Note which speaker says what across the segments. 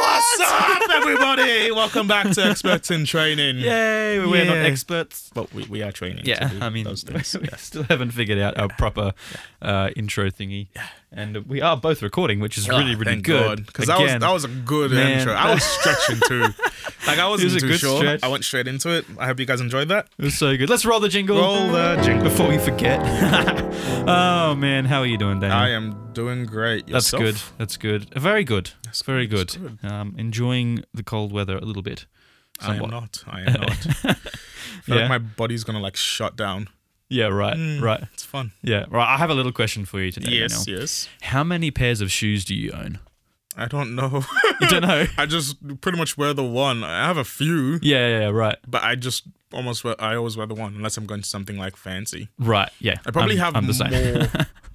Speaker 1: What's up, everybody? Welcome back to Experts in Training.
Speaker 2: Yay, we're not
Speaker 1: Yeah.
Speaker 2: experts.
Speaker 1: But we, we are training.
Speaker 2: Yeah,
Speaker 1: to do
Speaker 2: I mean,
Speaker 1: those things.
Speaker 2: we still haven't figured out our proper uh, intro thingy, and we are both recording, which
Speaker 1: Ah,
Speaker 2: is really, really good.
Speaker 1: Because that was
Speaker 2: Ah, Again,
Speaker 1: that was a good
Speaker 2: Man.
Speaker 1: intro. I was stretching too. Like I wasn't
Speaker 2: a
Speaker 1: too
Speaker 2: good
Speaker 1: sure.
Speaker 2: stretch.
Speaker 1: I went straight into it. I hope you guys enjoyed that.
Speaker 2: it was so good. Let's roll the jingle.
Speaker 1: Roll the jingle.
Speaker 2: before we forget. oh man, how are you doing, Daniel?
Speaker 1: I am doing great.
Speaker 2: That's
Speaker 1: Yourself?
Speaker 2: good. That's good. Very good. That's very good.
Speaker 1: that's
Speaker 2: Um, enjoying the cold weather a little bit.
Speaker 1: I am
Speaker 2: Somewhat.
Speaker 1: not. I am not. I feel
Speaker 2: Yeah.
Speaker 1: like my body's gonna like shut down.
Speaker 2: Yeah. Right. Right.
Speaker 1: It's fun.
Speaker 2: Mm. Yeah. Right. I have a little question for you today.
Speaker 1: Yes,
Speaker 2: Daniel.
Speaker 1: yes.
Speaker 2: How many pairs of shoes do you own?
Speaker 1: I don't know.
Speaker 2: You don't know.
Speaker 1: I just pretty much wear the one. I have a few,
Speaker 2: yeah, yeah. Yeah. Right.
Speaker 1: but I just almost wear. I always wear the one unless I'm going to something like fancy.
Speaker 2: Right. Yeah.
Speaker 1: I probably
Speaker 2: I'm-
Speaker 1: have
Speaker 2: I'm the same.
Speaker 1: more.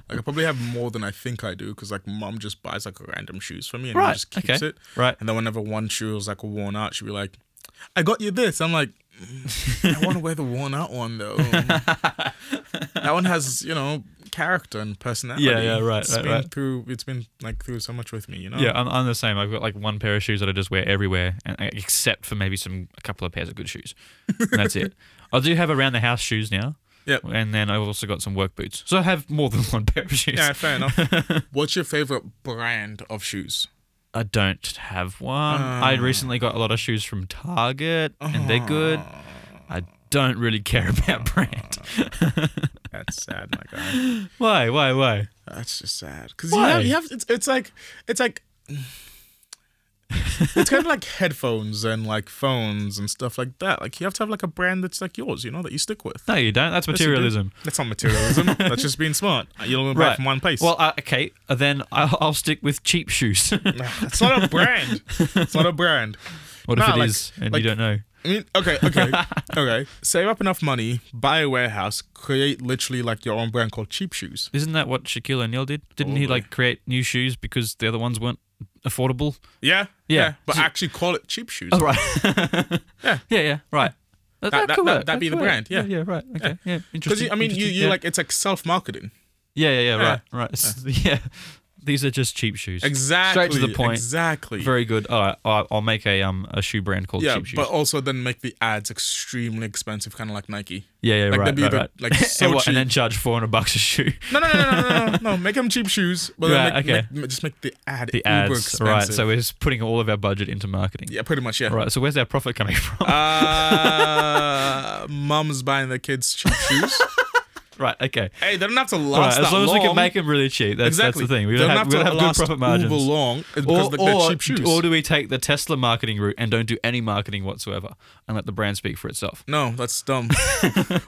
Speaker 1: like I probably have more than I think I do because like mom just buys like random shoes for me and
Speaker 2: Right,
Speaker 1: just keeps
Speaker 2: okay.
Speaker 1: it.
Speaker 2: Right.
Speaker 1: And then whenever one shoe was like worn out, she'd be like, "I got you this." I'm like, "Mm, "I want to wear the worn out one though. that one has you know character and personality.
Speaker 2: Yeah, yeah, right,
Speaker 1: It's
Speaker 2: right,
Speaker 1: been
Speaker 2: right.
Speaker 1: through. It's been like through so much with me. You know.
Speaker 2: Yeah, I'm, I'm the same. I've got like one pair of shoes that I just wear everywhere, and uh, except for maybe some a couple of pairs of good shoes. And that's it. I do have around the house shoes now.
Speaker 1: Yep.
Speaker 2: And then I've also got some work boots. So I have more than one pair of shoes.
Speaker 1: Yeah, fair enough. What's your favorite brand of shoes?
Speaker 2: I don't have one. I
Speaker 1: Ah.
Speaker 2: recently got a lot of shoes from Target, and they're good. I don't really care about brand.
Speaker 1: That's sad, my guy.
Speaker 2: Why? Why? Why?
Speaker 1: That's just sad. Because you
Speaker 2: Why?
Speaker 1: have, you have it's, it's like it's like it's kind of like headphones and like phones and stuff like that. Like you have to have like a brand that's like yours, you know, that you stick with.
Speaker 2: No, you don't. That's
Speaker 1: Yes, you do.
Speaker 2: materialism.
Speaker 1: That's not materialism. that's just being smart. You'll only buy
Speaker 2: Right.
Speaker 1: from one place.
Speaker 2: Well, uh, okay. Then I'll, I'll stick with cheap shoes.
Speaker 1: it's not a brand. It's not a brand.
Speaker 2: what if
Speaker 1: Nah,
Speaker 2: it
Speaker 1: like-
Speaker 2: is and
Speaker 1: like-
Speaker 2: you don't know?
Speaker 1: I mean, okay, okay, okay. Save up enough money, buy a warehouse, create literally like your own brand called Cheap Shoes.
Speaker 2: Isn't that what Shaquille O'Neal did? Didn't he
Speaker 1: Probably.
Speaker 2: like create new shoes because the other ones weren't affordable?
Speaker 1: Yeah,
Speaker 2: Yeah.
Speaker 1: But
Speaker 2: So- Oh,
Speaker 1: actually, call it cheap shoes.
Speaker 2: right. yeah. Yeah, yeah, right. That,
Speaker 1: Oh, that-
Speaker 2: could
Speaker 1: that-
Speaker 2: work.
Speaker 1: that'd be
Speaker 2: could
Speaker 1: the
Speaker 2: work.
Speaker 1: brand, yeah.
Speaker 2: yeah. right. Okay. Yeah,
Speaker 1: Because
Speaker 2: interesting.
Speaker 1: I mean, you
Speaker 2: interesting.
Speaker 1: you
Speaker 2: yeah.
Speaker 1: like it's like self marketing.
Speaker 2: Yeah, yeah, yeah, right. Right. S- Yeah. These are just cheap shoes.
Speaker 1: Exactly.
Speaker 2: Straight to the point.
Speaker 1: Exactly.
Speaker 2: Very good. All right. I'll, I'll make a um a shoe brand called
Speaker 1: yeah,
Speaker 2: Cheap Shoes.
Speaker 1: but also then make the ads extremely expensive, kind of like Nike.
Speaker 2: yeah, yeah,
Speaker 1: like, they'd
Speaker 2: right,
Speaker 1: be
Speaker 2: right,
Speaker 1: the-
Speaker 2: right.
Speaker 1: like, so
Speaker 2: and, what- and then
Speaker 1: cheap.
Speaker 2: charge 400 bucks a shoe.
Speaker 1: No, no, no, no, no, no, no. no. Make them cheap shoes, but then
Speaker 2: Right,
Speaker 1: make,
Speaker 2: okay.
Speaker 1: make- just make the ad
Speaker 2: The
Speaker 1: uber
Speaker 2: ads,
Speaker 1: expensive.
Speaker 2: right? So we're just putting all of our budget into marketing.
Speaker 1: yeah, pretty much. Yeah.
Speaker 2: Right. So where's our profit coming from?
Speaker 1: Uh, mom's buying their kids cheap shoes.
Speaker 2: right. Okay.
Speaker 1: Hey, they don't have to
Speaker 2: All right,
Speaker 1: last
Speaker 2: as
Speaker 1: that
Speaker 2: long as we can
Speaker 1: long.
Speaker 2: make them really cheap, that's,
Speaker 1: exactly
Speaker 2: that's the thing. We
Speaker 1: they
Speaker 2: don't
Speaker 1: don't
Speaker 2: have, we don't have good
Speaker 1: last
Speaker 2: profit margins.
Speaker 1: Uber long it's because
Speaker 2: or,
Speaker 1: they're- they're
Speaker 2: or-
Speaker 1: cheap shoes.
Speaker 2: or do we take the Tesla marketing route and don't do any marketing whatsoever and let the brand speak for itself?
Speaker 1: No, that's dumb.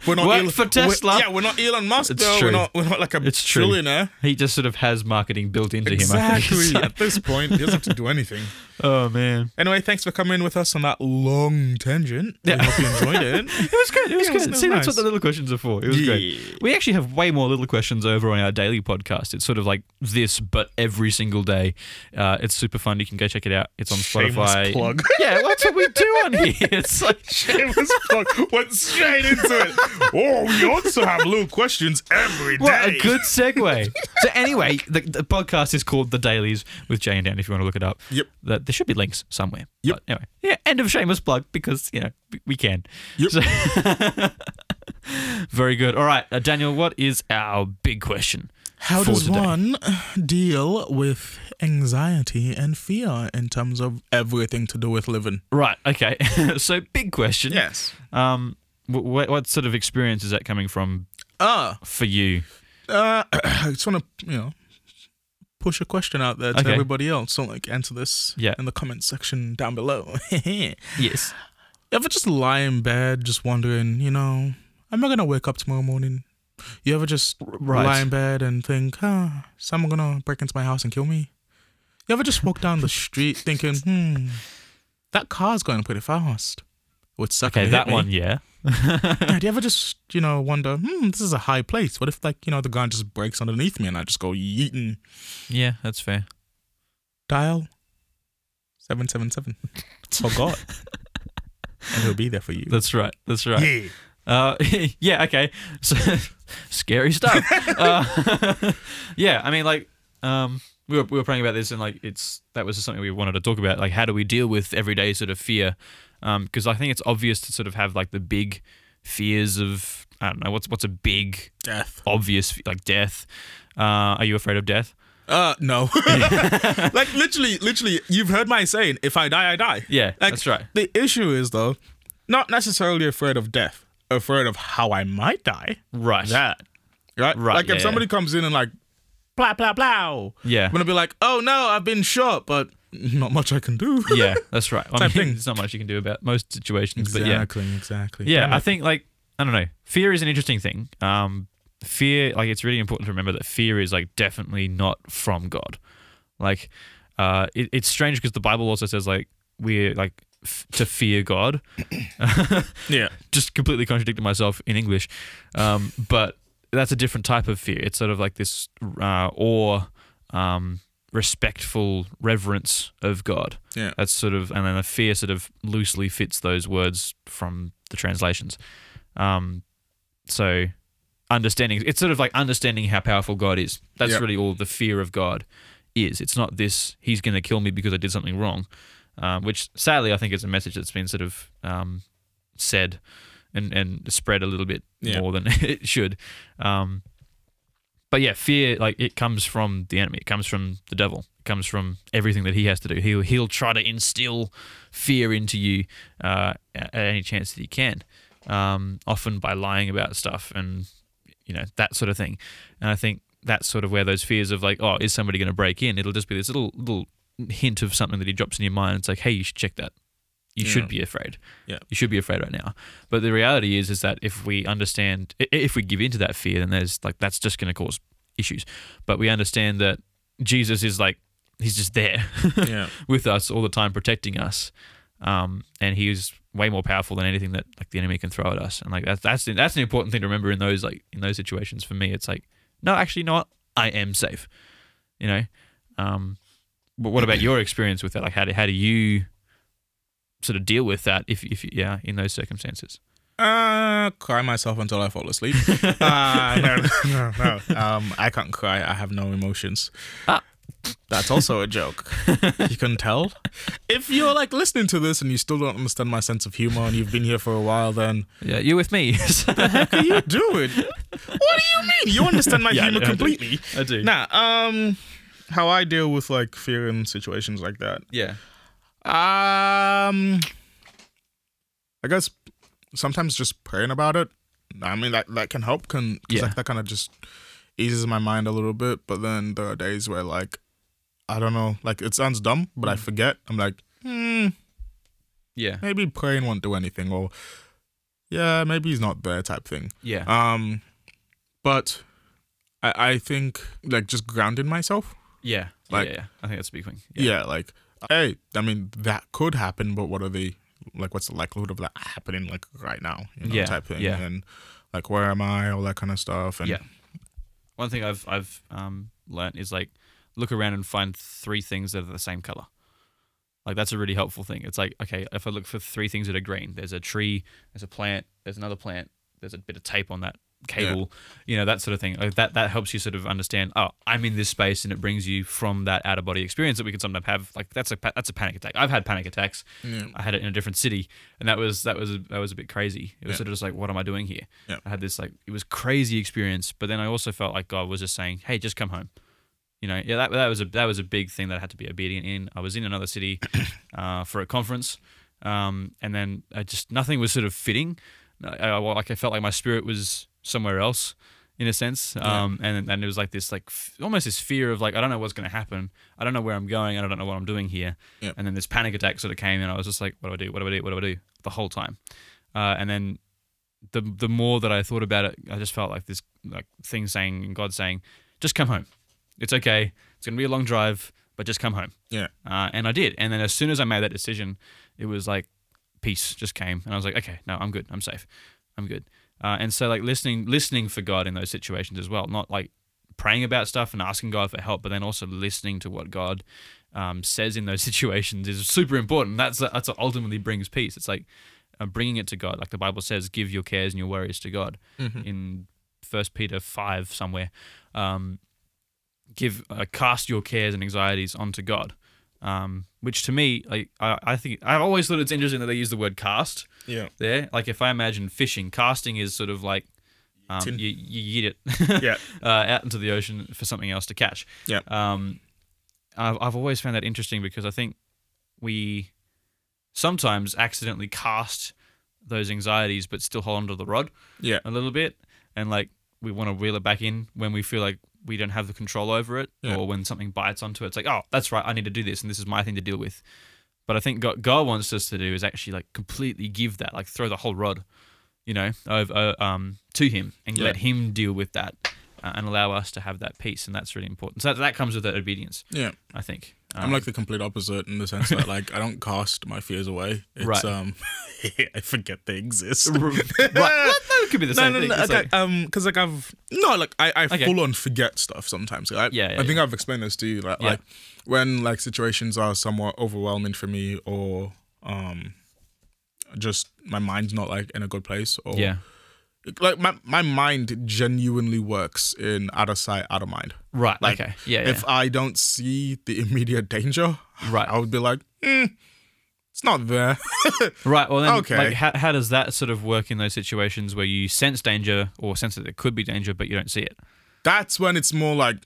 Speaker 1: we're not
Speaker 2: Work
Speaker 1: Elon,
Speaker 2: for
Speaker 1: we're-
Speaker 2: Tesla.
Speaker 1: yeah, we're not Elon Musk.
Speaker 2: It's
Speaker 1: though.
Speaker 2: true.
Speaker 1: We're not. We're not like a
Speaker 2: It's true.
Speaker 1: trillionaire.
Speaker 2: He just sort of has marketing built into him.
Speaker 1: Exactly.
Speaker 2: I think.
Speaker 1: At this point, he doesn't have to do anything.
Speaker 2: oh man,
Speaker 1: Anyway, thanks for coming with us on that long tangent.
Speaker 2: Yeah.
Speaker 1: We hope you enjoyed it.
Speaker 2: it was good. It was
Speaker 1: Yeah,
Speaker 2: good.
Speaker 1: it was
Speaker 2: See, that's
Speaker 1: nice.
Speaker 2: what the little questions are for. It was
Speaker 1: Yeah.
Speaker 2: great. We actually have way more little questions over on our daily podcast. It's sort of like this, but every single day. Uh, it's super fun. You can go check it out. It's on
Speaker 1: Shameless
Speaker 2: Spotify.
Speaker 1: plug.
Speaker 2: Yeah, well, that's what we do on here. It's like
Speaker 1: It was fun. Went straight into it. Oh, we also have little questions every day.
Speaker 2: What a good segue. so anyway, the, the podcast is called The Dailies with Jay and Dan. If you want to look it up,
Speaker 1: Yep.
Speaker 2: The, there should be links somewhere.
Speaker 1: Yep.
Speaker 2: But anyway, yeah. End of shameless plug because you know we, we can.
Speaker 1: Yep.
Speaker 2: So- very good. All right, uh, Daniel. What is our big question?
Speaker 1: How
Speaker 2: for
Speaker 1: does
Speaker 2: today?
Speaker 1: one deal with anxiety and fear in terms of everything to do with living?
Speaker 2: Right. Okay. so big question.
Speaker 1: Yes.
Speaker 2: Um. What, what sort of experience is that coming from
Speaker 1: Ah.
Speaker 2: for you?
Speaker 1: Uh, I just want to, you know, push a question out there to
Speaker 2: Okay.
Speaker 1: everybody else. So, like, answer this
Speaker 2: Yeah.
Speaker 1: in the comment section down below. Ever
Speaker 2: Yes.
Speaker 1: just lie in bed, just wondering, you know, am I going to wake up tomorrow morning? You ever just
Speaker 2: right.
Speaker 1: lie in bed and think, huh, someone going to break into my house and kill me? You ever just walk down the street thinking, hmm, that car's going pretty fast. It would suck. if
Speaker 2: Okay.
Speaker 1: it
Speaker 2: That
Speaker 1: hit me."
Speaker 2: one. Yeah.
Speaker 1: Yeah, do you ever just, you know, wonder, hmm, this is a high place. What if, like, you know, the gun just breaks underneath me and I just go yeeting?
Speaker 2: Yeah. That's fair.
Speaker 1: dial 777 for God. and he'll be there for you.
Speaker 2: That's right. That's right.
Speaker 1: yeah.
Speaker 2: Uh, yeah, okay. So, scary stuff. uh, yeah, I mean, like, um, we were we were praying about this, and like it's that was just something we wanted to talk about. Like, how do we deal with everyday sort of fear? Because I think it's obvious to sort of have like the big fears of I don't know what's what's a big
Speaker 1: Death.
Speaker 2: obvious fe- like death. Uh, are you afraid of death?
Speaker 1: Uh, no. like literally, literally, you've heard my saying: "If I die, I die."
Speaker 2: Yeah,
Speaker 1: Like,
Speaker 2: that's right.
Speaker 1: The issue is though, not necessarily afraid of death, afraid of how I might die.
Speaker 2: Right.
Speaker 1: That, right?
Speaker 2: Right,
Speaker 1: Like
Speaker 2: yeah,
Speaker 1: if somebody comes in and like, blah blah blah.
Speaker 2: Yeah.
Speaker 1: I'm gonna be like, oh no, I've been shot, but not much I can do.
Speaker 2: yeah, that's right. I mean,
Speaker 1: Type thing.
Speaker 2: there's not much you can do about most situations, but yeah,
Speaker 1: Exactly. Exactly.
Speaker 2: yeah. I think like I don't know. Fear is an interesting thing. Um, fear like it's really important to remember that fear is like definitely not from God. Like, uh, it, it's strange because the Bible also says like we're like f- to fear God.
Speaker 1: Yeah.
Speaker 2: just completely contradicted myself in English. Um, but that's a different type of fear. It's sort of like this uh, awe, um, respectful reverence of God.
Speaker 1: Yeah.
Speaker 2: That's sort of, and then a fear sort of loosely fits those words from the translations. Um, so understanding, it's sort of like understanding how powerful God is. That's
Speaker 1: Yeah.
Speaker 2: really all the fear of God is. It's not this, he's going to kill me because I did something wrong, um, which sadly I think is a message that's been sort of um, said and, and spread a little bit
Speaker 1: Yeah.
Speaker 2: more than it should. Um, but yeah, fear like it comes from the enemy. It comes from the devil. It comes from everything that he has to do. He'll he'll try to instill fear into you uh, at any chance that he can, um, often by lying about stuff and you know that sort of thing. And I think that's sort of where those fears of like, oh, is somebody going to break in? It'll just be this little little hint of something that he drops in your mind. It's like, hey, you should check that. You
Speaker 1: Yeah.
Speaker 2: should be afraid.
Speaker 1: Yeah.
Speaker 2: You should be afraid right now. But the reality is, is that if we understand, i- if we give into that fear, then there's like that's just going to cause issues. But we understand that Jesus is like he's just there
Speaker 1: Yeah.
Speaker 2: with us all the time, protecting us, um, and he's way more powerful than anything that like the enemy can throw at us. And like that's that's that's an important thing to remember in those like in those situations. For me, it's like no, actually not. I am safe. You know. Um, but what about your experience with that? Like, how do how do you sort of deal with that if if yeah in those circumstances?
Speaker 1: Uh, cry myself until I fall asleep. uh, no, no, no, no. Um, I can't cry. I have no emotions.
Speaker 2: Ah.
Speaker 1: That's also a joke. You can tell. If you're like listening to this and you still don't understand my sense of humor and you've been here for a while, then
Speaker 2: Yeah, you're with me.
Speaker 1: what are you doing? What do you mean? You understand my
Speaker 2: Yeah, I
Speaker 1: humor
Speaker 2: do, I do.
Speaker 1: completely.
Speaker 2: I do.
Speaker 1: Nah. Um, how I deal with like fear in situations like that.
Speaker 2: Yeah.
Speaker 1: Um, I guess sometimes just praying about it. I mean that that can help. Can 'cause
Speaker 2: Yeah.
Speaker 1: that, that kind of just eases my mind a little bit. But then there are days where like I don't know. Like it sounds dumb, but I forget. I'm like, hmm,
Speaker 2: Yeah.
Speaker 1: maybe praying won't do anything, or yeah, maybe he's not there type thing.
Speaker 2: Yeah.
Speaker 1: Um, but I I think like just grounding myself.
Speaker 2: yeah.
Speaker 1: like-
Speaker 2: yeah. Yeah. I think that's a big thing.
Speaker 1: yeah. like hey i mean that could happen but what are the like what's the likelihood of that happening like right now you know,
Speaker 2: Yeah,
Speaker 1: type thing
Speaker 2: yeah.
Speaker 1: and like where am i all that kind of stuff and
Speaker 2: Yeah. one thing I've I've um, learnt is like look around and find three things that are the same color. Like that's a really helpful thing. It's like okay, if I look for three things that are green, there's a tree, there's a plant, there's another plant, there's a bit of tape on that cable, you know that sort of thing. Like that that helps you sort of understand. Oh, I'm in this space, and it brings you from that out of body experience that we can sometimes have. Like that's a pa- that's a panic attack. I've had panic attacks.
Speaker 1: Yeah.
Speaker 2: I had it in a different city, and that was that was that was a bit crazy. It was
Speaker 1: Yeah.
Speaker 2: sort of just like, what am I doing here?
Speaker 1: Yeah.
Speaker 2: I had this like it was crazy experience, but then I also felt like God was just saying, hey, just come home. You know, yeah, that, that was a that was a big thing that I had to be obedient in. I was in another city uh, for a conference, um, and then I just nothing was sort of fitting. I, I- like I felt like my spirit was somewhere else, in a sense. Um, and and it was like this like f- almost this fear of like I don't know what's going to happen. I don't know where I'm going. and I don't know what I'm doing here.
Speaker 1: Yeah.
Speaker 2: And then this panic attack sort of came, and I was just like, what do I do? What do I do? What do I do? The whole time. Uh, and then the the more that I thought about it, I just felt like this like thing saying and God saying, just come home. It's okay. It's gonna be a long drive, but just come home.
Speaker 1: Yeah.
Speaker 2: Uh, and I did. And then as soon as I made that decision, it was like peace just came, and I was like, okay, no, I'm good. I'm safe. I'm good. Uh, and so like listening listening for God in those situations as well, not like praying about stuff and asking God for help, but then also listening to what God um, says in those situations is super important. That's that's what ultimately brings peace. It's like uh, bringing it to God, like the Bible says, give your cares and your worries to God in First Peter five somewhere. Um, give uh, cast your cares and anxieties onto God. Um, which to me, like I, I think I've always thought it's interesting that they use the word cast
Speaker 1: Yeah.
Speaker 2: there. Like if I imagine fishing, casting is sort of like um,
Speaker 1: Tin.
Speaker 2: you you eat it
Speaker 1: Yeah.
Speaker 2: uh, out into the ocean for something else to catch.
Speaker 1: Yeah.
Speaker 2: Um, I've I've always found that interesting because I think we sometimes accidentally cast those anxieties, but still hold onto the rod
Speaker 1: Yeah.
Speaker 2: a little bit, and like we want to reel it back in when we feel like we don't have the control over it,
Speaker 1: Yeah.
Speaker 2: or when something bites onto it. It's like, oh, that's right, I need to do this, and this is my thing to deal with. But I think God, God wants us to do is actually like completely give that, like throw the whole rod, you know, over uh, um to Him and
Speaker 1: Yeah.
Speaker 2: let Him deal with that, uh, and allow us to have that peace, and that's really important. So that, that comes with that obedience,
Speaker 1: Yeah.
Speaker 2: I think.
Speaker 1: I'm
Speaker 2: Um,
Speaker 1: like the complete opposite in the sense that like I don't cast my fears away. It's
Speaker 2: Right.
Speaker 1: um I forget they exist.
Speaker 2: r- right. Well, no, it could be the
Speaker 1: No,
Speaker 2: same
Speaker 1: no,
Speaker 2: thing.
Speaker 1: no.
Speaker 2: It's
Speaker 1: Okay,
Speaker 2: like-
Speaker 1: um, because like I've no, like I, I
Speaker 2: Okay.
Speaker 1: full on forget stuff sometimes. Like, I,
Speaker 2: Yeah, yeah,
Speaker 1: I think I've explained this to you. Like,
Speaker 2: Yeah.
Speaker 1: like when like situations are somewhat overwhelming for me, or um, just my mind's not like in a good place, or
Speaker 2: yeah,
Speaker 1: like my my mind genuinely works in out of sight, out of mind.
Speaker 2: right.
Speaker 1: Like,
Speaker 2: okay, yeah,
Speaker 1: If I don't see the immediate danger,
Speaker 2: yeah. right.
Speaker 1: I would be like, "Mm, it's not there.
Speaker 2: Right. Well, then,
Speaker 1: Okay.
Speaker 2: like, how, how does that sort of work in those situations where you sense danger or sense that there could be danger, but you don't see it?
Speaker 1: That's when it's more like,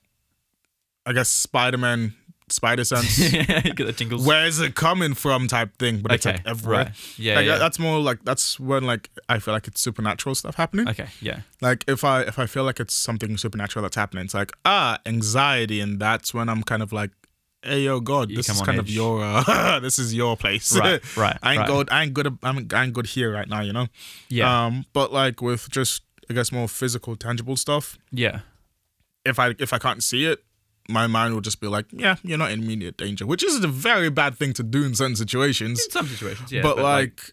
Speaker 1: I guess Spider Man, Spider sense.
Speaker 2: you get the tingles.
Speaker 1: where's it coming from type thing, but it's
Speaker 2: okay.
Speaker 1: like everywhere.
Speaker 2: Right. Yeah.
Speaker 1: like uh,
Speaker 2: yeah.
Speaker 1: that's more like that's when like I feel like it's supernatural stuff happening.
Speaker 2: okay. Yeah.
Speaker 1: Like if I if I feel like it's something supernatural that's happening, it's like ah anxiety, and that's when I'm kind of like, hey yo God,
Speaker 2: You
Speaker 1: this
Speaker 2: come
Speaker 1: is
Speaker 2: on
Speaker 1: kind of
Speaker 2: edge.
Speaker 1: your uh, this is your place.
Speaker 2: Right. Right.
Speaker 1: I ain't
Speaker 2: right.
Speaker 1: good. I ain't good. I'm, I ain't good here right now. You know.
Speaker 2: Yeah.
Speaker 1: Um. But like with just I guess more physical, tangible stuff.
Speaker 2: yeah.
Speaker 1: If I if I can't see it, my mind will just be like, yeah, you're not in immediate danger, which is a very bad thing to do in certain situations
Speaker 2: In some situations. Yeah.
Speaker 1: but, like,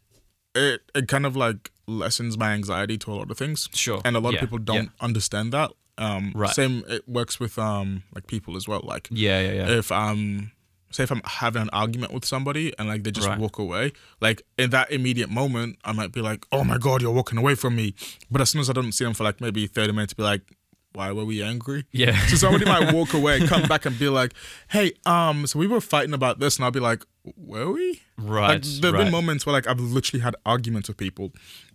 Speaker 1: it it kind of like lessens my anxiety to a lot of things
Speaker 2: sure.
Speaker 1: and a lot of
Speaker 2: Yeah,
Speaker 1: people
Speaker 2: yeah.
Speaker 1: don't understand that um
Speaker 2: Right.
Speaker 1: same it works with um like people as well like
Speaker 2: Yeah. Yeah. Yeah.
Speaker 1: if um say if i'm having an argument with somebody and like they just
Speaker 2: Right.
Speaker 1: walk away like in that immediate moment i might be like oh my god you're walking away from me but as soon as i don't see them for like maybe 30 minutes be like why were we angry
Speaker 2: yeah.
Speaker 1: so somebody might walk away come back and be like hey um so we were fighting about this and i'll be like were we
Speaker 2: right.
Speaker 1: like there've
Speaker 2: right.
Speaker 1: been moments where like I've literally had arguments with people,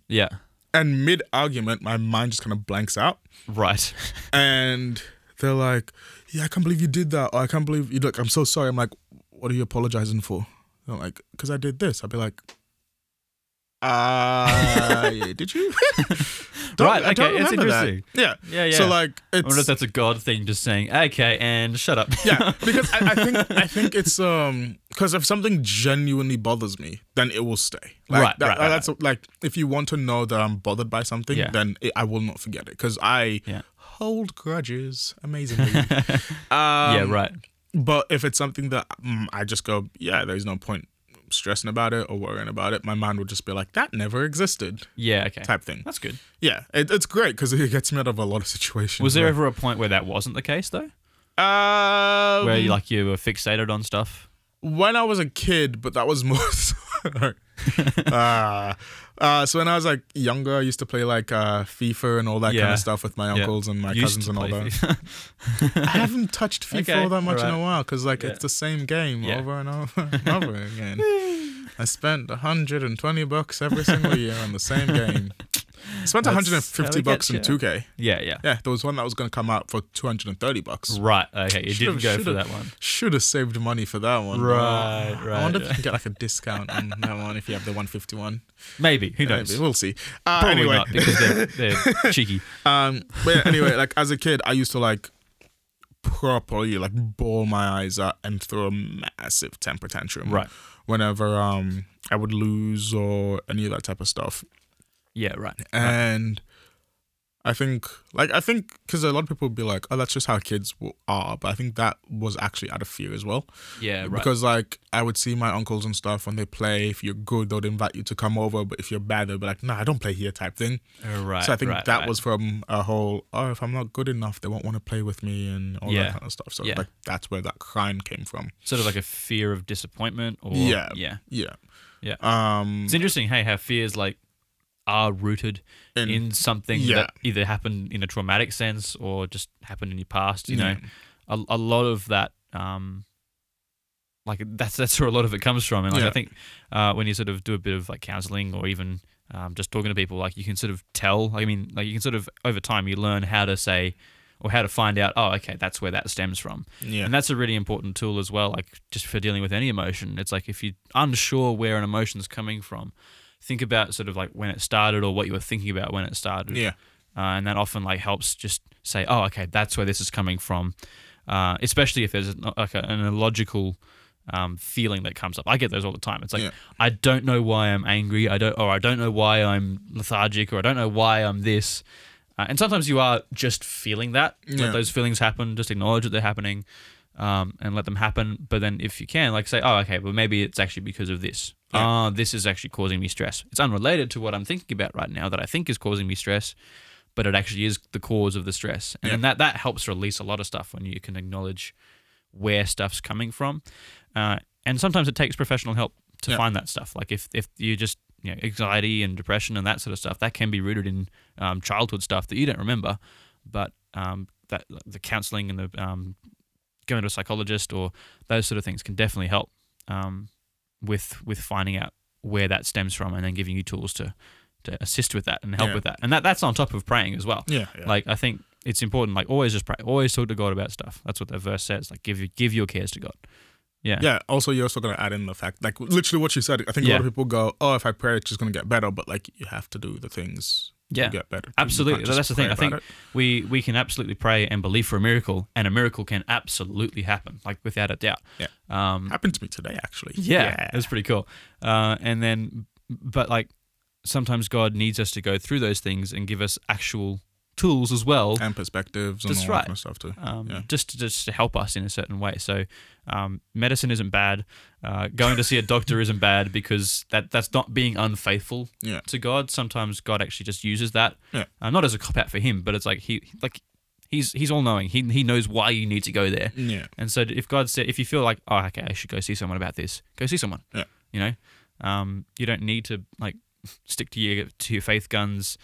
Speaker 2: yeah.
Speaker 1: and mid argument, my mind just kind of blanks out,
Speaker 2: Right.
Speaker 1: and they're like, "Yeah, I can't believe you did that," or "I can't believe you." Like, I'm so sorry. I'm like, "What are you apologizing for?" They're like, "Cause I did this." I'd be like, "Ah, yeah, did you?" Don't-
Speaker 2: Right,
Speaker 1: I don't
Speaker 2: okay, it's
Speaker 1: remember that.
Speaker 2: interesting.
Speaker 1: Yeah.
Speaker 2: Yeah. Yeah.
Speaker 1: So like,
Speaker 2: I wonder if
Speaker 1: it's
Speaker 2: that's a God thing, just saying, okay, and shut up.
Speaker 1: yeah, because I, I think I think it's um because if something genuinely bothers me, then it will stay. Like,
Speaker 2: Right,
Speaker 1: that,
Speaker 2: right, right,
Speaker 1: That's like if you want to know that I'm bothered by something,
Speaker 2: Yeah.
Speaker 1: then it, I will not forget it because I
Speaker 2: Yeah.
Speaker 1: hold grudges amazingly. um,
Speaker 2: yeah. Right.
Speaker 1: But if it's something that mm, I just go, yeah, there's no point stressing about it or worrying about it, my mind will just be like, that never existed,
Speaker 2: Yeah. Okay.
Speaker 1: type thing.
Speaker 2: That's good.
Speaker 1: Yeah, it, it's great because it gets me out of a lot of situations.
Speaker 2: Was there
Speaker 1: where-
Speaker 2: ever a point where that wasn't the case though?
Speaker 1: um,
Speaker 2: Where you like you were fixated on stuff?
Speaker 1: when I was a kid, but that was more. uh, uh, so when I was like younger, I used to play like uh, FIFA and all that kind
Speaker 2: Yeah.
Speaker 1: of stuff with my
Speaker 2: Yeah.
Speaker 1: uncles and my
Speaker 2: Used
Speaker 1: cousins
Speaker 2: to
Speaker 1: and all
Speaker 2: play
Speaker 1: that.
Speaker 2: FIFA.
Speaker 1: I haven't touched FIFA
Speaker 2: Okay,
Speaker 1: all that much in a
Speaker 2: alright.
Speaker 1: while because like
Speaker 2: Yeah.
Speaker 1: it's the same game
Speaker 2: Yeah.
Speaker 1: over and over and over again. I spent 120 bucks every single year on the same game. I spent
Speaker 2: That's
Speaker 1: 150
Speaker 2: how they
Speaker 1: bucks in
Speaker 2: get ya.
Speaker 1: 2K.
Speaker 2: yeah, yeah.
Speaker 1: Yeah, there was one that was going to come out for 230 bucks.
Speaker 2: Right. Okay. You
Speaker 1: Should've-
Speaker 2: didn't go for
Speaker 1: should've-
Speaker 2: that one.
Speaker 1: Should have saved money for that one. but-
Speaker 2: Right,
Speaker 1: I
Speaker 2: right,
Speaker 1: wonder if you
Speaker 2: right.
Speaker 1: can get like a discount on that one if you have the 151.
Speaker 2: Maybe. Who knows?
Speaker 1: Maybe we'll see. Uh,
Speaker 2: Probably
Speaker 1: anyway,
Speaker 2: not because they're, they're cheeky.
Speaker 1: um, but yeah, anyway, like as a kid, I used to like properly like bawl my eyes out and throw a massive temper tantrum.
Speaker 2: Right.
Speaker 1: Whenever um I would lose or any of that type of stuff,
Speaker 2: Yeah. Right.
Speaker 1: Uh, and I think like I think because a lot of people would be like, oh, that's just how kids w- are, but I think that was actually out of fear as well.
Speaker 2: Yeah. Right.
Speaker 1: Because like I would see my uncles and stuff when they play. If you're good, they'd invite you to come over. But if you're bad, they'd be like, "Nah, I don't play here." Type thing.
Speaker 2: Uh, right.
Speaker 1: so I think
Speaker 2: right,
Speaker 1: that
Speaker 2: right.
Speaker 1: was from a whole. Oh, if I'm not good enough, they won't want to play with me and all
Speaker 2: Yeah.
Speaker 1: that kind of stuff. So
Speaker 2: Yeah.
Speaker 1: like that's where that crime came from.
Speaker 2: sort of like a fear of disappointment, or
Speaker 1: Yeah.
Speaker 2: yeah.
Speaker 1: Yeah.
Speaker 2: Yeah.
Speaker 1: Um.
Speaker 2: It's interesting, hey, how fears like are rooted
Speaker 1: In-
Speaker 2: in something
Speaker 1: yeah.
Speaker 2: that either happened in a traumatic sense or just happened in your past. You know, a, a lot of that um like that's that's where a lot of it comes from and like,
Speaker 1: Yeah.
Speaker 2: i think uh, when you sort of do a bit of like counseling or even um, just talking to people like you can sort of tell i mean like you can sort of over time you learn how to say or how to find out oh okay that's where that stems from
Speaker 1: Yeah.
Speaker 2: and that's a really important tool as well, like just for dealing with any emotion. It's like if you're unsure where an emotion's coming from, think about sort of like when it started or what you were thinking about when it started.
Speaker 1: yeah.
Speaker 2: Uh, and that often like helps just say, oh, okay, that's where this is coming from. Uh, especially if there's an- like a, an illogical um, feeling that comes up. I get those all the time. It's like
Speaker 1: Yeah.
Speaker 2: I don't know why I'm angry. I don't, or I don't know why I'm lethargic, or I don't know why I'm this. Uh, and sometimes you are just feeling that.
Speaker 1: Yeah.
Speaker 2: Let those feelings happen. Just acknowledge that they're happening, um, and let them happen. But then, if you can, like say, oh, okay, well maybe it's actually because of this.
Speaker 1: Yeah.
Speaker 2: Ah, this is actually causing me stress. It's unrelated to what I'm thinking about right now that I think is causing me stress, but it actually is the cause of the stress. And
Speaker 1: Yeah.
Speaker 2: then that that helps release a lot of stuff when you can acknowledge where stuff's coming from. Uh, and sometimes it takes professional help to
Speaker 1: Yeah.
Speaker 2: find that stuff. Like if if you just you know, anxiety and depression and that sort of stuff, that can be rooted in um, childhood stuff that you don't remember, but um, that the counselling and the um, going to a psychologist or those sort of things can definitely help um, with with finding out where that stems from and then giving you tools to to assist with that and help
Speaker 1: Yeah.
Speaker 2: with that. And that that's on top of praying as well.
Speaker 1: Yeah. yeah.
Speaker 2: Like I think it's important. Like always, just pray. Always talk to God about stuff. That's what that verse says. Like give your give your cares to God. Yeah.
Speaker 1: yeah. Also, you're also gonna add in the fact, like literally what you said. I think a
Speaker 2: Yeah.
Speaker 1: lot of people go, "Oh, if I pray, it's just gonna get better." But like, you have to do the things
Speaker 2: Yeah.
Speaker 1: to get better. You
Speaker 2: Absolutely.
Speaker 1: can't just
Speaker 2: That's the thing.
Speaker 1: pray
Speaker 2: I think
Speaker 1: about
Speaker 2: we we can absolutely pray and believe for a miracle, and a miracle can absolutely happen, like without a doubt.
Speaker 1: Yeah. it
Speaker 2: Um,
Speaker 1: happened to me today, actually.
Speaker 2: yeah, It's pretty cool. Uh, and then, but like sometimes God needs us to go through those things and give us actual tools as well.
Speaker 1: And perspectives and
Speaker 2: That's
Speaker 1: all
Speaker 2: right.
Speaker 1: that kind of stuff too.
Speaker 2: um,
Speaker 1: Yeah.
Speaker 2: just just to help us in a certain way. So, um, medicine isn't bad. Uh, going to see a doctor isn't bad because that that's not being unfaithful
Speaker 1: Yeah.
Speaker 2: to God. Sometimes God actually just uses that,
Speaker 1: Yeah.
Speaker 2: uh, not as a cop out for Him, but it's like he like he's he's all knowing. He he knows why you need to go there.
Speaker 1: Yeah.
Speaker 2: And so, if God said, if you feel like, oh, okay, I should go see someone about this, go see someone.
Speaker 1: Yeah.
Speaker 2: You know, um, you don't need to like stick to your to your faith guns.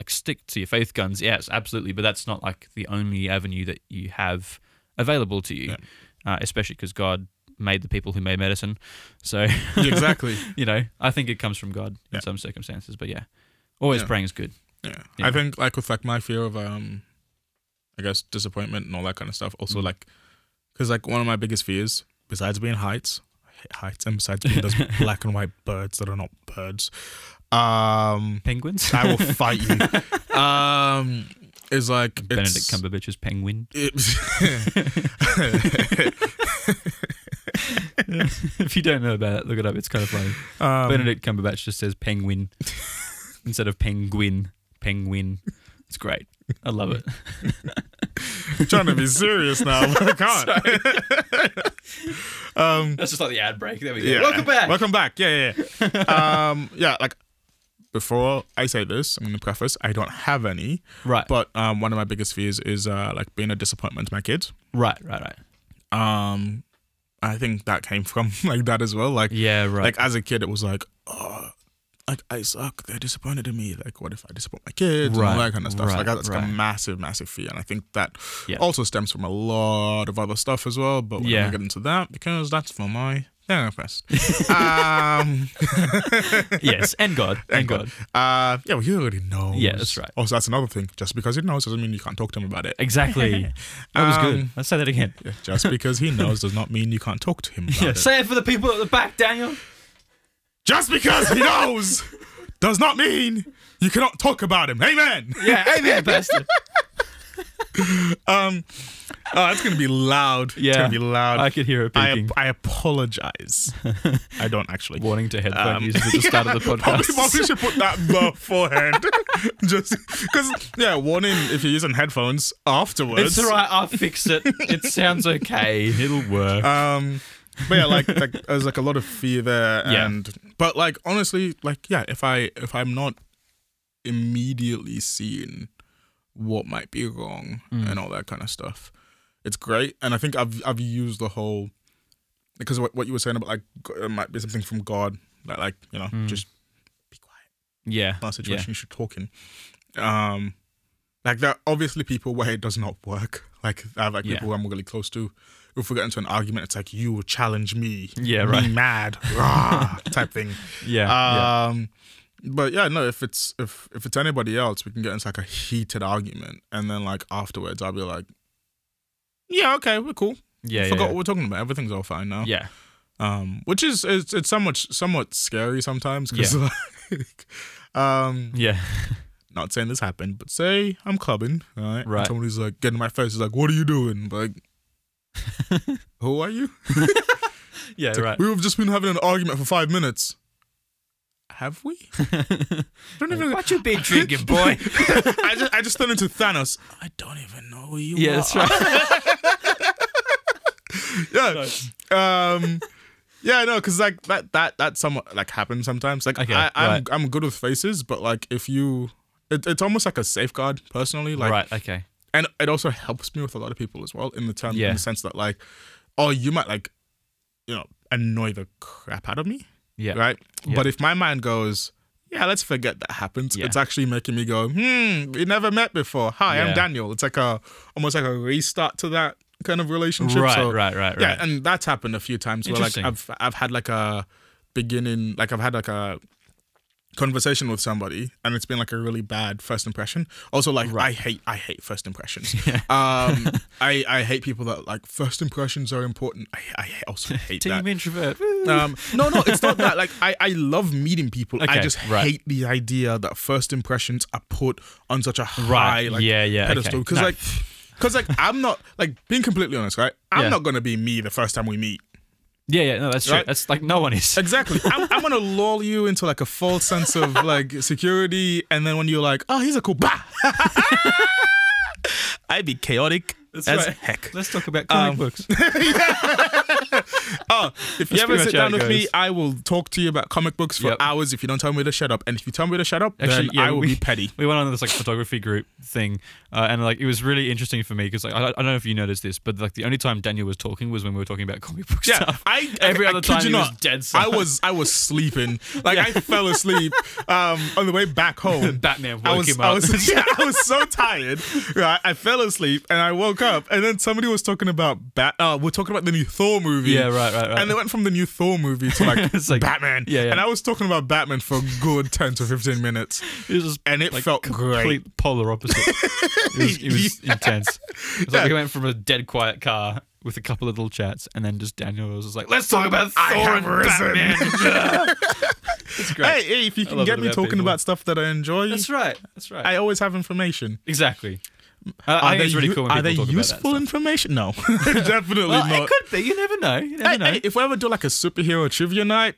Speaker 2: Like stick to your faith guns, yes, absolutely. But that's not like the only avenue that you have available to you,
Speaker 1: Yeah.
Speaker 2: uh, especially because God made the people who made medicine. So
Speaker 1: Yeah, exactly.
Speaker 2: you know, I think it comes from God
Speaker 1: Yeah.
Speaker 2: in some circumstances. But yeah, always
Speaker 1: Yeah.
Speaker 2: praying is good.
Speaker 1: Yeah.
Speaker 2: Yeah.
Speaker 1: I think like with like my fear of um I guess disappointment and all that kind of stuff. Also
Speaker 2: Mm.
Speaker 1: like cuz like one of my biggest fears besides being heights, I hate heights and besides being those black and white birds that are not birds. Um
Speaker 2: Penguins.
Speaker 1: I will fight you. Um is like
Speaker 2: Benedict
Speaker 1: it's-
Speaker 2: Cumberbatch's penguin. if you don't know about it, look it up. It's kind of funny.
Speaker 1: it, um,
Speaker 2: Benedict Cumberbatch just says penguin instead of penguin. Penguin. It's great. I love it.
Speaker 1: I'm trying to be serious now, but I can't. um
Speaker 2: That's just like the ad break. There we go.
Speaker 1: Yeah.
Speaker 2: Welcome back.
Speaker 1: Welcome back. Yeah, yeah, yeah. um, yeah, like before I say this, I'm gonna preface I don't have any,
Speaker 2: Right.
Speaker 1: but um, one of my biggest fears is uh, like being a disappointment to my kids.
Speaker 2: right. Right. Right.
Speaker 1: Um, I think that came from like that as well. Like,
Speaker 2: Yeah. Right.
Speaker 1: like as a kid, it was like, oh, like I suck. They're disappointed in me. Like, what if I disappoint my kids and all
Speaker 2: Right,
Speaker 1: that kind of stuff? So,
Speaker 2: right,
Speaker 1: like, that's like a
Speaker 2: right.
Speaker 1: massive, massive fear, and I think that
Speaker 2: Yeah.
Speaker 1: also stems from a lot of other stuff as well. But we're
Speaker 2: Yeah.
Speaker 1: gonna get into that because that's for my therapist. um.
Speaker 2: yes. And God.
Speaker 1: Thank
Speaker 2: And God.
Speaker 1: Uh, yeah, well, he already knows.
Speaker 2: Yeah, that's right.
Speaker 1: Also, that's another thing. Just because he knows doesn't mean you can't talk to him about it.
Speaker 2: Exactly. That was good.
Speaker 1: Um,
Speaker 2: Let's say that again.
Speaker 1: Yeah, Just because he knows does not mean you can't talk to him about
Speaker 2: Yeah.
Speaker 1: it.
Speaker 2: Say it for the people at the back, Daniel.
Speaker 1: Just because he knows does not mean you cannot talk about him. Amen.
Speaker 2: Yeah. Amen, Pastor.
Speaker 1: Um, oh, it's gonna be loud.
Speaker 2: Yeah,
Speaker 1: it's gonna be loud.
Speaker 2: I could hear it
Speaker 1: I,
Speaker 2: peeking.
Speaker 1: ap- I apologize. I don't actually.
Speaker 2: Warning to headphone
Speaker 1: Um,
Speaker 2: users at the start of the
Speaker 1: Probably,
Speaker 2: podcast.
Speaker 1: probably should put that beforehand. Just because, yeah, warning if you're using headphones afterwards.
Speaker 2: It's all right. I'll fix it. It sounds okay. It'll work.
Speaker 1: Um, but yeah, like, like there's like a lot of fear there,
Speaker 2: Yeah.
Speaker 1: and but like honestly, like yeah, if I if I'm not immediately seeing what might be wrong and all that kind of stuff, it's great. And I think I've I've used the whole because what what you were saying about like g- it might be something from God, like like you know just be quiet
Speaker 2: yeah.
Speaker 1: about
Speaker 2: yeah.
Speaker 1: situation you should talk in. Um, Like there are obviously people where it does not work. Like I have like
Speaker 2: Yeah.
Speaker 1: people who I'm really close to. If we get into an argument, it's like you will challenge me.
Speaker 2: Yeah,
Speaker 1: me
Speaker 2: right.
Speaker 1: mad, rah, type thing.
Speaker 2: Yeah,
Speaker 1: Um, but yeah, no. If it's if if it's anybody else, we can get into like a heated argument, and then like afterwards, I'll be like, yeah, okay, we're cool.
Speaker 2: yeah, yeah,
Speaker 1: Forgot
Speaker 2: yeah.
Speaker 1: what we're talking about. Everything's all fine now.
Speaker 2: yeah.
Speaker 1: Um, which is it's it's somewhat somewhat scary sometimes because like, um,
Speaker 2: Yeah.
Speaker 1: not saying this happened, but say I'm clubbing, all right?
Speaker 2: Right.
Speaker 1: And somebody's like getting in my face, is like, "What are you doing?" Like, who are you?
Speaker 2: yeah,
Speaker 1: It's like,
Speaker 2: right.
Speaker 1: We've just been having an argument for five minutes. Have we? don't even.
Speaker 2: what you been drinking, boy?
Speaker 1: I just I just turned into Thanos. I don't even know who you
Speaker 2: yeah,
Speaker 1: are.
Speaker 2: that's right.
Speaker 1: yeah. Um, yeah, no, because like that that that somewhat like happens sometimes. Like
Speaker 2: Okay,
Speaker 1: I, I'm
Speaker 2: right.
Speaker 1: I'm good with faces, but like if you, it, it's almost like a safeguard personally. Like,
Speaker 2: right. Okay.
Speaker 1: and it also helps me with a lot of people as well in the term
Speaker 2: Yeah.
Speaker 1: in the sense that like, oh, you might like, you know, annoy the crap out of me,
Speaker 2: Yeah.
Speaker 1: right?
Speaker 2: Yeah.
Speaker 1: But if my mind goes. Yeah, let's forget that happened.
Speaker 2: Yeah.
Speaker 1: It's actually making me go, hmm, we never met before. Hi,
Speaker 2: Yeah.
Speaker 1: I'm Daniel. It's like a almost like a restart to that kind of relationship.
Speaker 2: Right,
Speaker 1: so,
Speaker 2: right. Right. Right.
Speaker 1: yeah, and that's happened a few times where like
Speaker 2: Interesting.
Speaker 1: I've I've had like a beginning like I've had like a conversation with somebody and it's been like a really bad first impression. Also like I hate I hate first impressions. Um I I hate people that like first impressions are important. I I also hate
Speaker 2: Team
Speaker 1: that.
Speaker 2: introvert.
Speaker 1: Um, no, no, it's not that. Like, I, I love meeting people. I
Speaker 2: Okay,
Speaker 1: just
Speaker 2: right.
Speaker 1: hate the idea that first impressions are put on such a high
Speaker 2: right.
Speaker 1: like,
Speaker 2: yeah. Yeah.
Speaker 1: pedestal
Speaker 2: okay.
Speaker 1: because
Speaker 2: No.
Speaker 1: like because like i'm not like being completely honest right i'm
Speaker 2: Yeah.
Speaker 1: not gonna be me the first time we meet
Speaker 2: Yeah. Yeah. No, that's true.
Speaker 1: Right?
Speaker 2: That's like no one is.
Speaker 1: exactly I'm, I'm gonna lull you into like a false sense of like security and then when you're like oh he's a cool bah! i'd be chaotic as
Speaker 2: right.
Speaker 1: heck
Speaker 2: Let's talk about comic
Speaker 1: Um,
Speaker 2: books.
Speaker 1: oh if you
Speaker 2: That's
Speaker 1: ever
Speaker 2: pretty
Speaker 1: sit
Speaker 2: much how
Speaker 1: down
Speaker 2: it
Speaker 1: with me
Speaker 2: goes.
Speaker 1: i will talk to you about comic books for
Speaker 2: Yep.
Speaker 1: hours if you don't tell me to shut up and if you tell me to shut up
Speaker 2: Actually,
Speaker 1: then
Speaker 2: yeah,
Speaker 1: i will
Speaker 2: we-
Speaker 1: be petty
Speaker 2: we went on this like photography group thing, uh, and like it was really interesting for me because like I, I don't know if you noticed this, but like the only time Daniel was talking was when we were talking about comic book
Speaker 1: Yeah,
Speaker 2: stuff.
Speaker 1: I
Speaker 2: Every
Speaker 1: I,
Speaker 2: other
Speaker 1: I kid
Speaker 2: time
Speaker 1: you
Speaker 2: he was
Speaker 1: not,
Speaker 2: dead
Speaker 1: I
Speaker 2: silent.
Speaker 1: was I was sleeping. Like I fell asleep um, on the way back home.
Speaker 2: Batman woke
Speaker 1: I was,
Speaker 2: him
Speaker 1: I
Speaker 2: up.
Speaker 1: was, yeah, I was so tired. Right, I fell asleep and I woke up, and then somebody was talking about Bat. Uh, we're talking about the new Thor movie.
Speaker 2: yeah, right, right, right.
Speaker 1: And they went from the new Thor movie to like,
Speaker 2: It's like-
Speaker 1: Batman.
Speaker 2: yeah, yeah.
Speaker 1: And I was talking about Batman for a good ten to fifteen minutes,
Speaker 2: it was just
Speaker 1: and it
Speaker 2: like
Speaker 1: felt
Speaker 2: complete
Speaker 1: great.
Speaker 2: polar opposite. it was, it was intense. It was like we went from a dead quiet car with a couple of little chats, and then just Daniel was just like, "Let's talk about
Speaker 1: I
Speaker 2: Thor
Speaker 1: have
Speaker 2: and
Speaker 1: risen.
Speaker 2: Batman." it's great.
Speaker 1: Hey, hey, if you can
Speaker 2: love
Speaker 1: get
Speaker 2: it
Speaker 1: me
Speaker 2: about
Speaker 1: talking
Speaker 2: people.
Speaker 1: about stuff that I enjoy,
Speaker 2: that's right. That's right.
Speaker 1: I always have information.
Speaker 2: exactly. Uh, I, I think it's really
Speaker 1: u-
Speaker 2: cool. When
Speaker 1: Are
Speaker 2: people
Speaker 1: they
Speaker 2: talk about that
Speaker 1: useful
Speaker 2: stuff.
Speaker 1: information? No, definitely
Speaker 2: Well,
Speaker 1: not.
Speaker 2: it could be. You never know. You never
Speaker 1: Hey,
Speaker 2: know.
Speaker 1: hey, if we ever do like a superhero trivia night,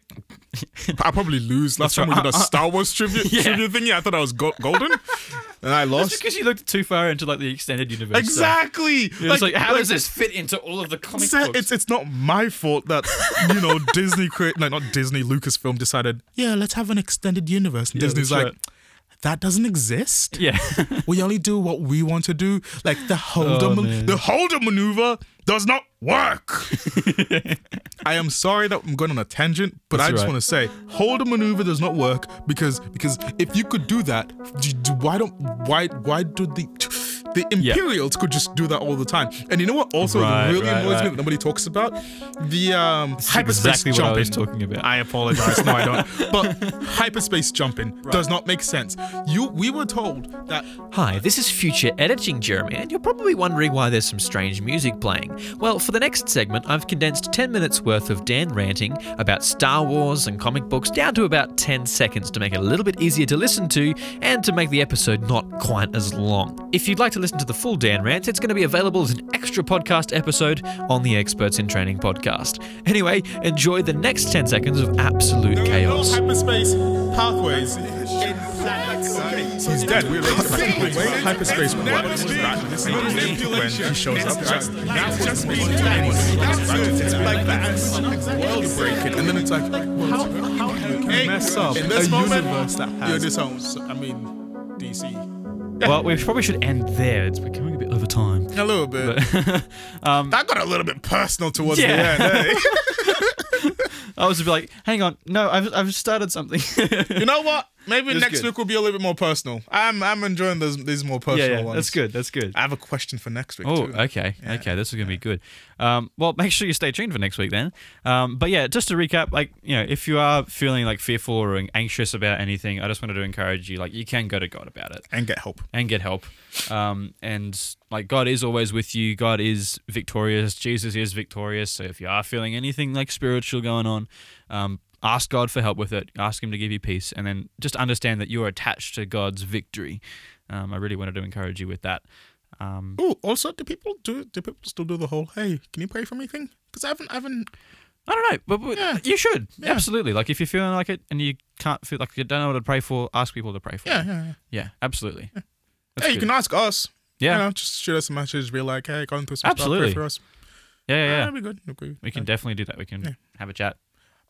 Speaker 1: I probably lose. Last
Speaker 2: That's
Speaker 1: time we
Speaker 2: right.
Speaker 1: did a
Speaker 2: Uh, uh,
Speaker 1: Star Wars trivia,
Speaker 2: Yeah.
Speaker 1: trivia thing, yeah, I thought I was go- golden, and I
Speaker 2: Just
Speaker 1: lost.
Speaker 2: because you looked too far into like the extended universe.
Speaker 1: Exactly.
Speaker 2: So. It's like, how does this fit into all of the comic
Speaker 1: it's, not-
Speaker 2: books?
Speaker 1: it's it's not my fault that you know Disney create like not Disney Lucasfilm decided yeah let's have an extended universe and
Speaker 2: Yeah,
Speaker 1: Disney's
Speaker 2: that's
Speaker 1: like
Speaker 2: right.
Speaker 1: that doesn't exist
Speaker 2: yeah.
Speaker 1: we only do what we want to do like the holder
Speaker 2: Oh,
Speaker 1: ma-
Speaker 2: man.
Speaker 1: the holder maneuver does not work I am sorry that I'm going on a tangent, but I
Speaker 2: That's
Speaker 1: just
Speaker 2: right.
Speaker 1: want to say, hold a maneuver does not work because because if you could do that, d- d- why don't why why do the the Imperials could just do that all the time? And you know what? Also,
Speaker 2: Right,
Speaker 1: really
Speaker 2: right,
Speaker 1: annoys
Speaker 2: right.
Speaker 1: me that nobody talks about the um, hyperspace
Speaker 2: exactly
Speaker 1: jumping.
Speaker 2: what I was talking about.
Speaker 1: I apologize. No, I don't. But hyperspace jumping does not make sense. You, we were told that
Speaker 3: Hi, this is future editing Jeremy, and you're probably wondering why there's some strange music playing. Well, for the next segment, I've condensed 10 minutes worth of Dan ranting about Star Wars and comic books down to about 10 seconds to make it a little bit easier to listen to and to make the episode not quite as long. If you'd like to listen to the full Dan rant, it's going to be available as an extra podcast episode on the Experts in Training podcast. Anyway, enjoy the next 10 seconds of absolute chaos.
Speaker 1: No hyperspace pathways. He's dead. We're hyperspace pathways. When he shows up, that was just being like that. World breaking, and then it's like, how how you can mess up in this moment? You're disowned. So, I mean, DC.
Speaker 2: well, we probably should end there. It's becoming a bit over time.
Speaker 1: A little bit. that got a little bit personal towards
Speaker 2: um, Yeah.
Speaker 1: the end. eh?
Speaker 2: I was just be like, hang on, no, I've, I've started something.
Speaker 1: You know what? Maybe
Speaker 2: It was
Speaker 1: next
Speaker 2: good.
Speaker 1: week will be a little bit more personal. I'm I'm enjoying those these more
Speaker 2: Yeah,
Speaker 1: personal
Speaker 2: yeah,
Speaker 1: ones.
Speaker 2: that's good. That's good.
Speaker 1: I have a question for next week.
Speaker 2: Oh,
Speaker 1: too.
Speaker 2: okay,
Speaker 1: Yeah.
Speaker 2: okay. This is gonna be good. Um, well, make sure you stay tuned for next week then. Um, but yeah, just to recap, like you know, if you are feeling like fearful or anxious about anything, I just wanted to encourage you. Like you can go to God about it
Speaker 1: And get help.
Speaker 2: and get help. Um, and like God is always with you. God is victorious. Jesus is victorious. So if you are feeling anything like spiritual going on, um, ask God for help with it. Ask Him to give you peace, and then just understand that you are attached to God's victory. Um, I really wanted to encourage you with that. Um,
Speaker 1: Oh, also, do people do do people still do the whole "Hey, can you pray for me" thing? Because I haven't, I haven't.
Speaker 2: I don't know, but, but
Speaker 1: Yeah.
Speaker 2: you should
Speaker 1: Yeah.
Speaker 2: absolutely. Like if you're feeling like it and you can't feel like you don't know what to pray for, ask people to pray for.
Speaker 1: Yeah,
Speaker 2: you.
Speaker 1: yeah. yeah.
Speaker 2: yeah, absolutely. That's
Speaker 1: Hey, you
Speaker 2: good.
Speaker 1: can ask us.
Speaker 2: yeah.
Speaker 1: You know, just shoot us a message. Be like, "Hey, going through some
Speaker 2: Absolutely.
Speaker 1: stuff. Pray for us."
Speaker 2: yeah, yeah, yeah.
Speaker 1: that'd be good. Okay.
Speaker 2: We can definitely do that. We can
Speaker 1: Um, uh, Yeah.
Speaker 2: have a chat.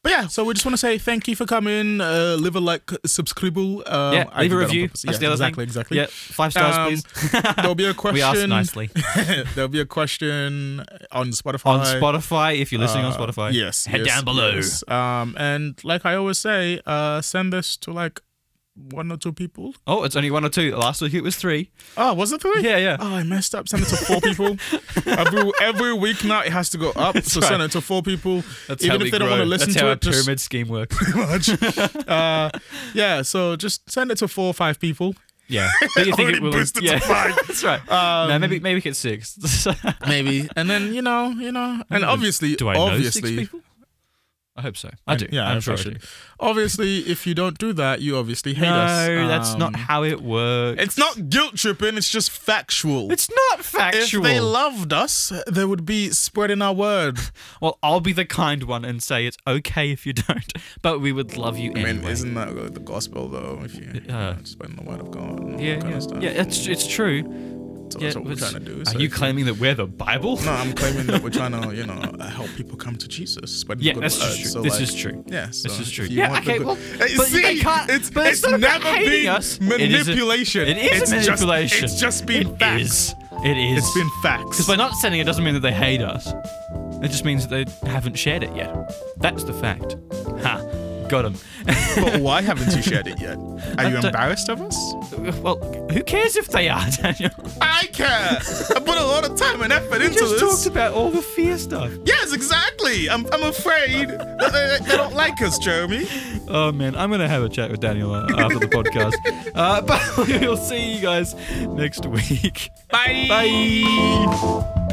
Speaker 1: But yeah, so we just want to say thank you for coming. Uh, leave a like, subscribe. Um,
Speaker 2: yeah,
Speaker 1: I
Speaker 2: leave
Speaker 1: did
Speaker 2: a
Speaker 1: that on
Speaker 2: review.
Speaker 1: purpose.
Speaker 2: That's
Speaker 1: Yeah,
Speaker 2: the other
Speaker 1: exactly,
Speaker 2: thing.
Speaker 1: exactly.
Speaker 2: Yeah, five stars,
Speaker 1: Um,
Speaker 2: please.
Speaker 1: There'll be a question.
Speaker 2: we asked nicely
Speaker 1: There'll be a question on Spotify.
Speaker 2: on Spotify. If you're listening on
Speaker 1: Uh,
Speaker 2: Spotify,
Speaker 1: Yes.
Speaker 2: head
Speaker 1: yes,
Speaker 2: down below.
Speaker 1: yes. Um, and like I always say, uh, send this to like one or two people.
Speaker 2: Oh, it's only one or two. Last week it was three.
Speaker 1: Oh, was it three?
Speaker 2: Yeah, yeah.
Speaker 1: Oh, I messed up. Send it to four people. every, every week now it has to go up. so send
Speaker 2: right.
Speaker 1: it to four people.
Speaker 2: That's
Speaker 1: Even
Speaker 2: how
Speaker 1: if
Speaker 2: we
Speaker 1: they don't
Speaker 2: grow.
Speaker 1: want to listen
Speaker 2: That's
Speaker 1: to
Speaker 2: how
Speaker 1: it,
Speaker 2: our
Speaker 1: just
Speaker 2: pyramid scheme works.
Speaker 1: pretty much. Uh, yeah. So just send it to four or five people.
Speaker 2: yeah, but you think
Speaker 1: Already
Speaker 2: it will?
Speaker 1: boosted to
Speaker 2: yeah,
Speaker 1: five.
Speaker 2: that's right.
Speaker 1: Um,
Speaker 2: no, maybe maybe it's six.
Speaker 1: maybe. And then you know, you know, and obviously,
Speaker 2: Hmm. do I
Speaker 1: obviously,
Speaker 2: know six people? I hope so. I do.
Speaker 1: yeah,
Speaker 2: I'm
Speaker 1: I
Speaker 2: sure I
Speaker 1: should.
Speaker 2: do.
Speaker 1: obviously, if you don't do that, you obviously hate
Speaker 2: No,
Speaker 1: us.
Speaker 2: that's not
Speaker 1: Um,
Speaker 2: how it works.
Speaker 1: It's not guilt tripping. It's just factual.
Speaker 2: It's not
Speaker 1: if
Speaker 2: factual.
Speaker 1: they loved us, they would be spreading our word.
Speaker 2: well, I'll be the kind one and say it's okay if you don't, but we would love you
Speaker 1: I
Speaker 2: anyway.
Speaker 1: mean, isn't that really the gospel though? If you, you
Speaker 2: Uh,
Speaker 1: know, spreading the word of God, and all
Speaker 2: yeah,
Speaker 1: that kind
Speaker 2: yeah,
Speaker 1: of stuff.
Speaker 2: yeah. It's it's true.
Speaker 1: so
Speaker 2: yeah,
Speaker 1: that's what we're
Speaker 2: but
Speaker 1: trying to do.
Speaker 2: Are
Speaker 1: so
Speaker 2: you
Speaker 1: if-
Speaker 2: claiming that we're the Bible?
Speaker 1: No, I'm claiming that we're trying to, you know, help people come to Jesus. Spreading
Speaker 2: Yeah,
Speaker 1: the good
Speaker 2: that's
Speaker 1: word.
Speaker 2: just true.
Speaker 1: So,
Speaker 2: this
Speaker 1: like,
Speaker 2: is true.
Speaker 1: Yeah, so
Speaker 2: This is true.
Speaker 1: if you
Speaker 2: Yeah,
Speaker 1: want the
Speaker 2: okay,
Speaker 1: good-
Speaker 2: well,
Speaker 1: Hey,
Speaker 2: but
Speaker 1: see,
Speaker 2: they can't-
Speaker 1: it's,
Speaker 2: but it's not about
Speaker 1: never
Speaker 2: hating
Speaker 1: been
Speaker 2: us. It is a-
Speaker 1: manipulation.
Speaker 2: It is
Speaker 1: it's
Speaker 2: a manipulation.
Speaker 1: Just, it's just been
Speaker 2: It
Speaker 1: facts.
Speaker 2: is. It is.
Speaker 1: It's been facts.
Speaker 2: Because by not sending it doesn't mean that they hate us. It just means that they haven't shared it yet. That's the fact. Ha. Got him.
Speaker 1: But why haven't you shared it yet? Are you
Speaker 2: don't-
Speaker 1: embarrassed of us?
Speaker 2: well, who cares if they are, Daniel?
Speaker 1: I care. I put a lot of time and effort
Speaker 2: We
Speaker 1: into
Speaker 2: just
Speaker 1: this.
Speaker 2: talked about all the fear stuff.
Speaker 1: yes, exactly. I'm, I'm afraid that they, they don't like us, Jeremy.
Speaker 2: Oh man, I'm gonna have a chat with Daniel uh, after the podcast. Uh, but we'll see you guys next week.
Speaker 1: Bye.
Speaker 2: Bye.